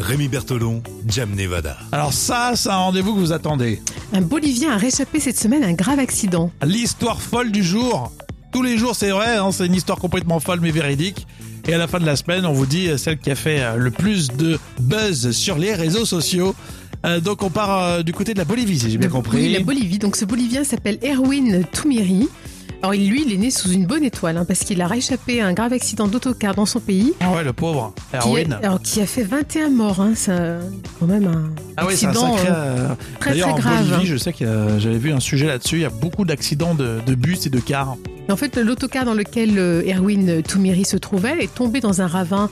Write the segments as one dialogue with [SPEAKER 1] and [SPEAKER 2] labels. [SPEAKER 1] Rémi Bertolon, Jam Nevada.
[SPEAKER 2] Alors ça, c'est un rendez-vous que vous attendez.
[SPEAKER 3] Un Bolivien a réchappé cette semaine à un grave accident.
[SPEAKER 2] L'histoire folle du jour. Tous les jours, c'est vrai, hein, c'est une histoire complètement folle mais véridique. Et à la fin de la semaine, on vous dit euh, celle qui a fait euh, le plus de buzz sur les réseaux sociaux. Euh, donc on part euh, du côté de la Bolivie, si j'ai bien compris.
[SPEAKER 3] Oui, la Bolivie. Donc ce Bolivien s'appelle Erwin Tumiri. Alors il- lui, il est né sous une bonne étoile hein, parce qu'il a réchappé à un grave accident d'autocar dans son pays.
[SPEAKER 2] ah ouais, le pauvre.
[SPEAKER 3] Qui
[SPEAKER 2] Erwin.
[SPEAKER 3] a, alors, qui a fait 21 morts. Hein, c'est un- quand même un
[SPEAKER 2] Ah ouais, c'est un
[SPEAKER 3] accident
[SPEAKER 2] sacré.
[SPEAKER 3] euh,
[SPEAKER 2] euh,
[SPEAKER 3] très
[SPEAKER 2] D'ailleurs,
[SPEAKER 3] très
[SPEAKER 2] en
[SPEAKER 3] grave.
[SPEAKER 2] Bolivie, je sais que euh, j'avais vu un sujet là-dessus. Il y a beaucoup d'accidents de, de bus et de cars.
[SPEAKER 3] En fait, l'autocar dans lequel euh, Erwin Tumiri se trouvait est tombé dans un ravin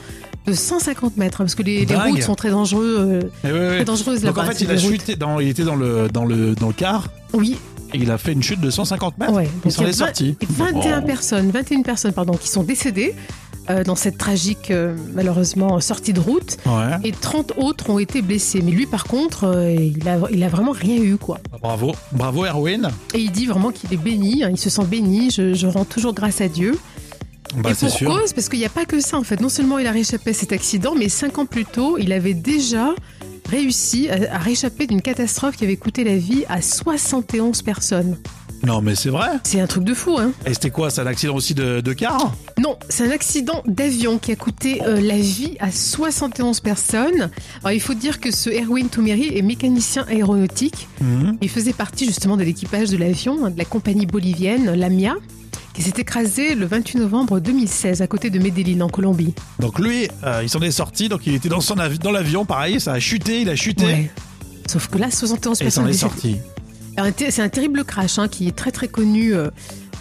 [SPEAKER 3] de 150 mètres hein, parce que les, les
[SPEAKER 2] Dingue.
[SPEAKER 3] routes sont très dangereuses, euh,
[SPEAKER 2] Eh ouais, ouais.
[SPEAKER 3] très dangereuses
[SPEAKER 2] Donc
[SPEAKER 3] là-bas.
[SPEAKER 2] en fait,
[SPEAKER 3] c'est
[SPEAKER 2] il a
[SPEAKER 3] des routes.
[SPEAKER 2] chuté. Dans, il était dans le dans le dans le car
[SPEAKER 3] Oui,
[SPEAKER 2] et il a fait une chute de 150 mètres.
[SPEAKER 3] ouais.
[SPEAKER 2] Il
[SPEAKER 3] Donc,
[SPEAKER 2] s'en
[SPEAKER 3] il y a
[SPEAKER 2] est
[SPEAKER 3] vingt-
[SPEAKER 2] sorti.
[SPEAKER 3] Et 21 personnes, 21 personnes pardon, qui sont décédées euh, dans cette tragique, euh, malheureusement, sortie de route.
[SPEAKER 2] Ouais.
[SPEAKER 3] Et 30 autres ont été blessés. Mais lui, par contre, euh, il, a, il a vraiment rien eu, quoi.
[SPEAKER 2] Bravo, bravo Erwin.
[SPEAKER 3] Et il dit vraiment qu'il est béni, hein, il se sent béni, je, je rends toujours grâce à Dieu.
[SPEAKER 2] Bah,
[SPEAKER 3] et pour cause, parce qu'il n'y a pas que ça, en fait. Non seulement il a réchappé à cet accident, mais 5 ans plus tôt, il avait déjà réussi à, à réchapper d'une catastrophe qui avait coûté la vie à 71 personnes.
[SPEAKER 2] Non mais c'est vrai.
[SPEAKER 3] C'est un truc de fou, hein
[SPEAKER 2] Et c'était quoi, ça l'accident aussi de, de car
[SPEAKER 3] Non, c'est un accident d'avion qui a coûté euh, la vie à 71 personnes. Alors, il faut dire que ce Erwin Toumeri est mécanicien aéronautique. Il faisait partie justement de l'équipage de l'avion hein, de la compagnie bolivienne Lamia qui s'est écrasé le 28 novembre 2016 à côté de Medellin en Colombie.
[SPEAKER 2] Donc lui, euh, il s'en est sorti, donc il était dans son avi- dans l'avion, pareil, ça a chuté, il a chuté
[SPEAKER 3] Sauf que là, 71
[SPEAKER 2] et il s'en
[SPEAKER 3] personnes.
[SPEAKER 2] est
[SPEAKER 3] décédées.
[SPEAKER 2] sorti.
[SPEAKER 3] Alors, un ter- C'est un terrible crash hein, qui est très très connu euh,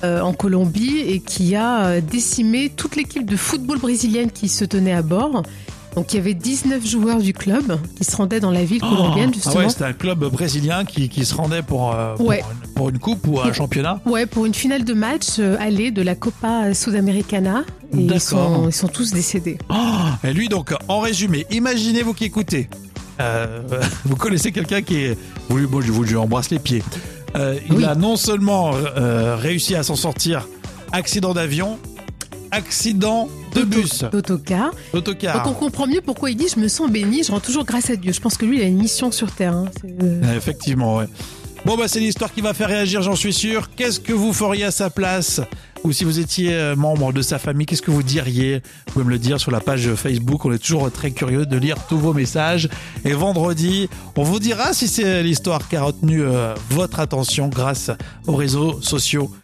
[SPEAKER 3] euh, en Colombie et qui a euh, décimé toute l'équipe de football brésilienne qui se tenait à bord. Donc il y avait 19 joueurs du club qui se rendaient dans la ville colombienne
[SPEAKER 2] Ah
[SPEAKER 3] justement.
[SPEAKER 2] ouais, c'était un club brésilien qui, qui se rendait pour, euh, pour
[SPEAKER 3] Ouais.
[SPEAKER 2] une- pour une coupe ou un
[SPEAKER 3] Et-
[SPEAKER 2] championnat.
[SPEAKER 3] Ouais, pour une finale de match euh, aller de la Copa Sudamericana. Et ils
[SPEAKER 2] D'accord.
[SPEAKER 3] sont, ils sont tous décédés.
[SPEAKER 2] Oh, et lui donc, en résumé, imaginez vous qui écoutez, euh, vous connaissez quelqu'un qui est, vous lui, bon, je vous lui embrasse les pieds. Euh, il
[SPEAKER 3] Oui.
[SPEAKER 2] a non seulement euh, réussi à s'en sortir, accident d'avion, accident de
[SPEAKER 3] D'auto-
[SPEAKER 2] bus, Ah.
[SPEAKER 3] D'autocar.
[SPEAKER 2] d'autocar.
[SPEAKER 3] Donc on comprend mieux pourquoi il dit Je me sens béni, je rends toujours grâce à Dieu. Je pense que lui, il a une mission sur Terre. hein. C'est, euh,
[SPEAKER 2] Ah, Effectivement, ouais. Bon, bah, c'est l'histoire qui va faire réagir, j'en suis sûr. Qu'est-ce que vous feriez à sa place Ou si vous étiez euh, membre de sa famille, qu'est-ce que vous diriez Vous pouvez me le dire sur la page Facebook. On est toujours très curieux de lire tous vos messages. Et vendredi, on vous dira si c'est l'histoire qui a retenu euh, votre attention grâce aux réseaux sociaux.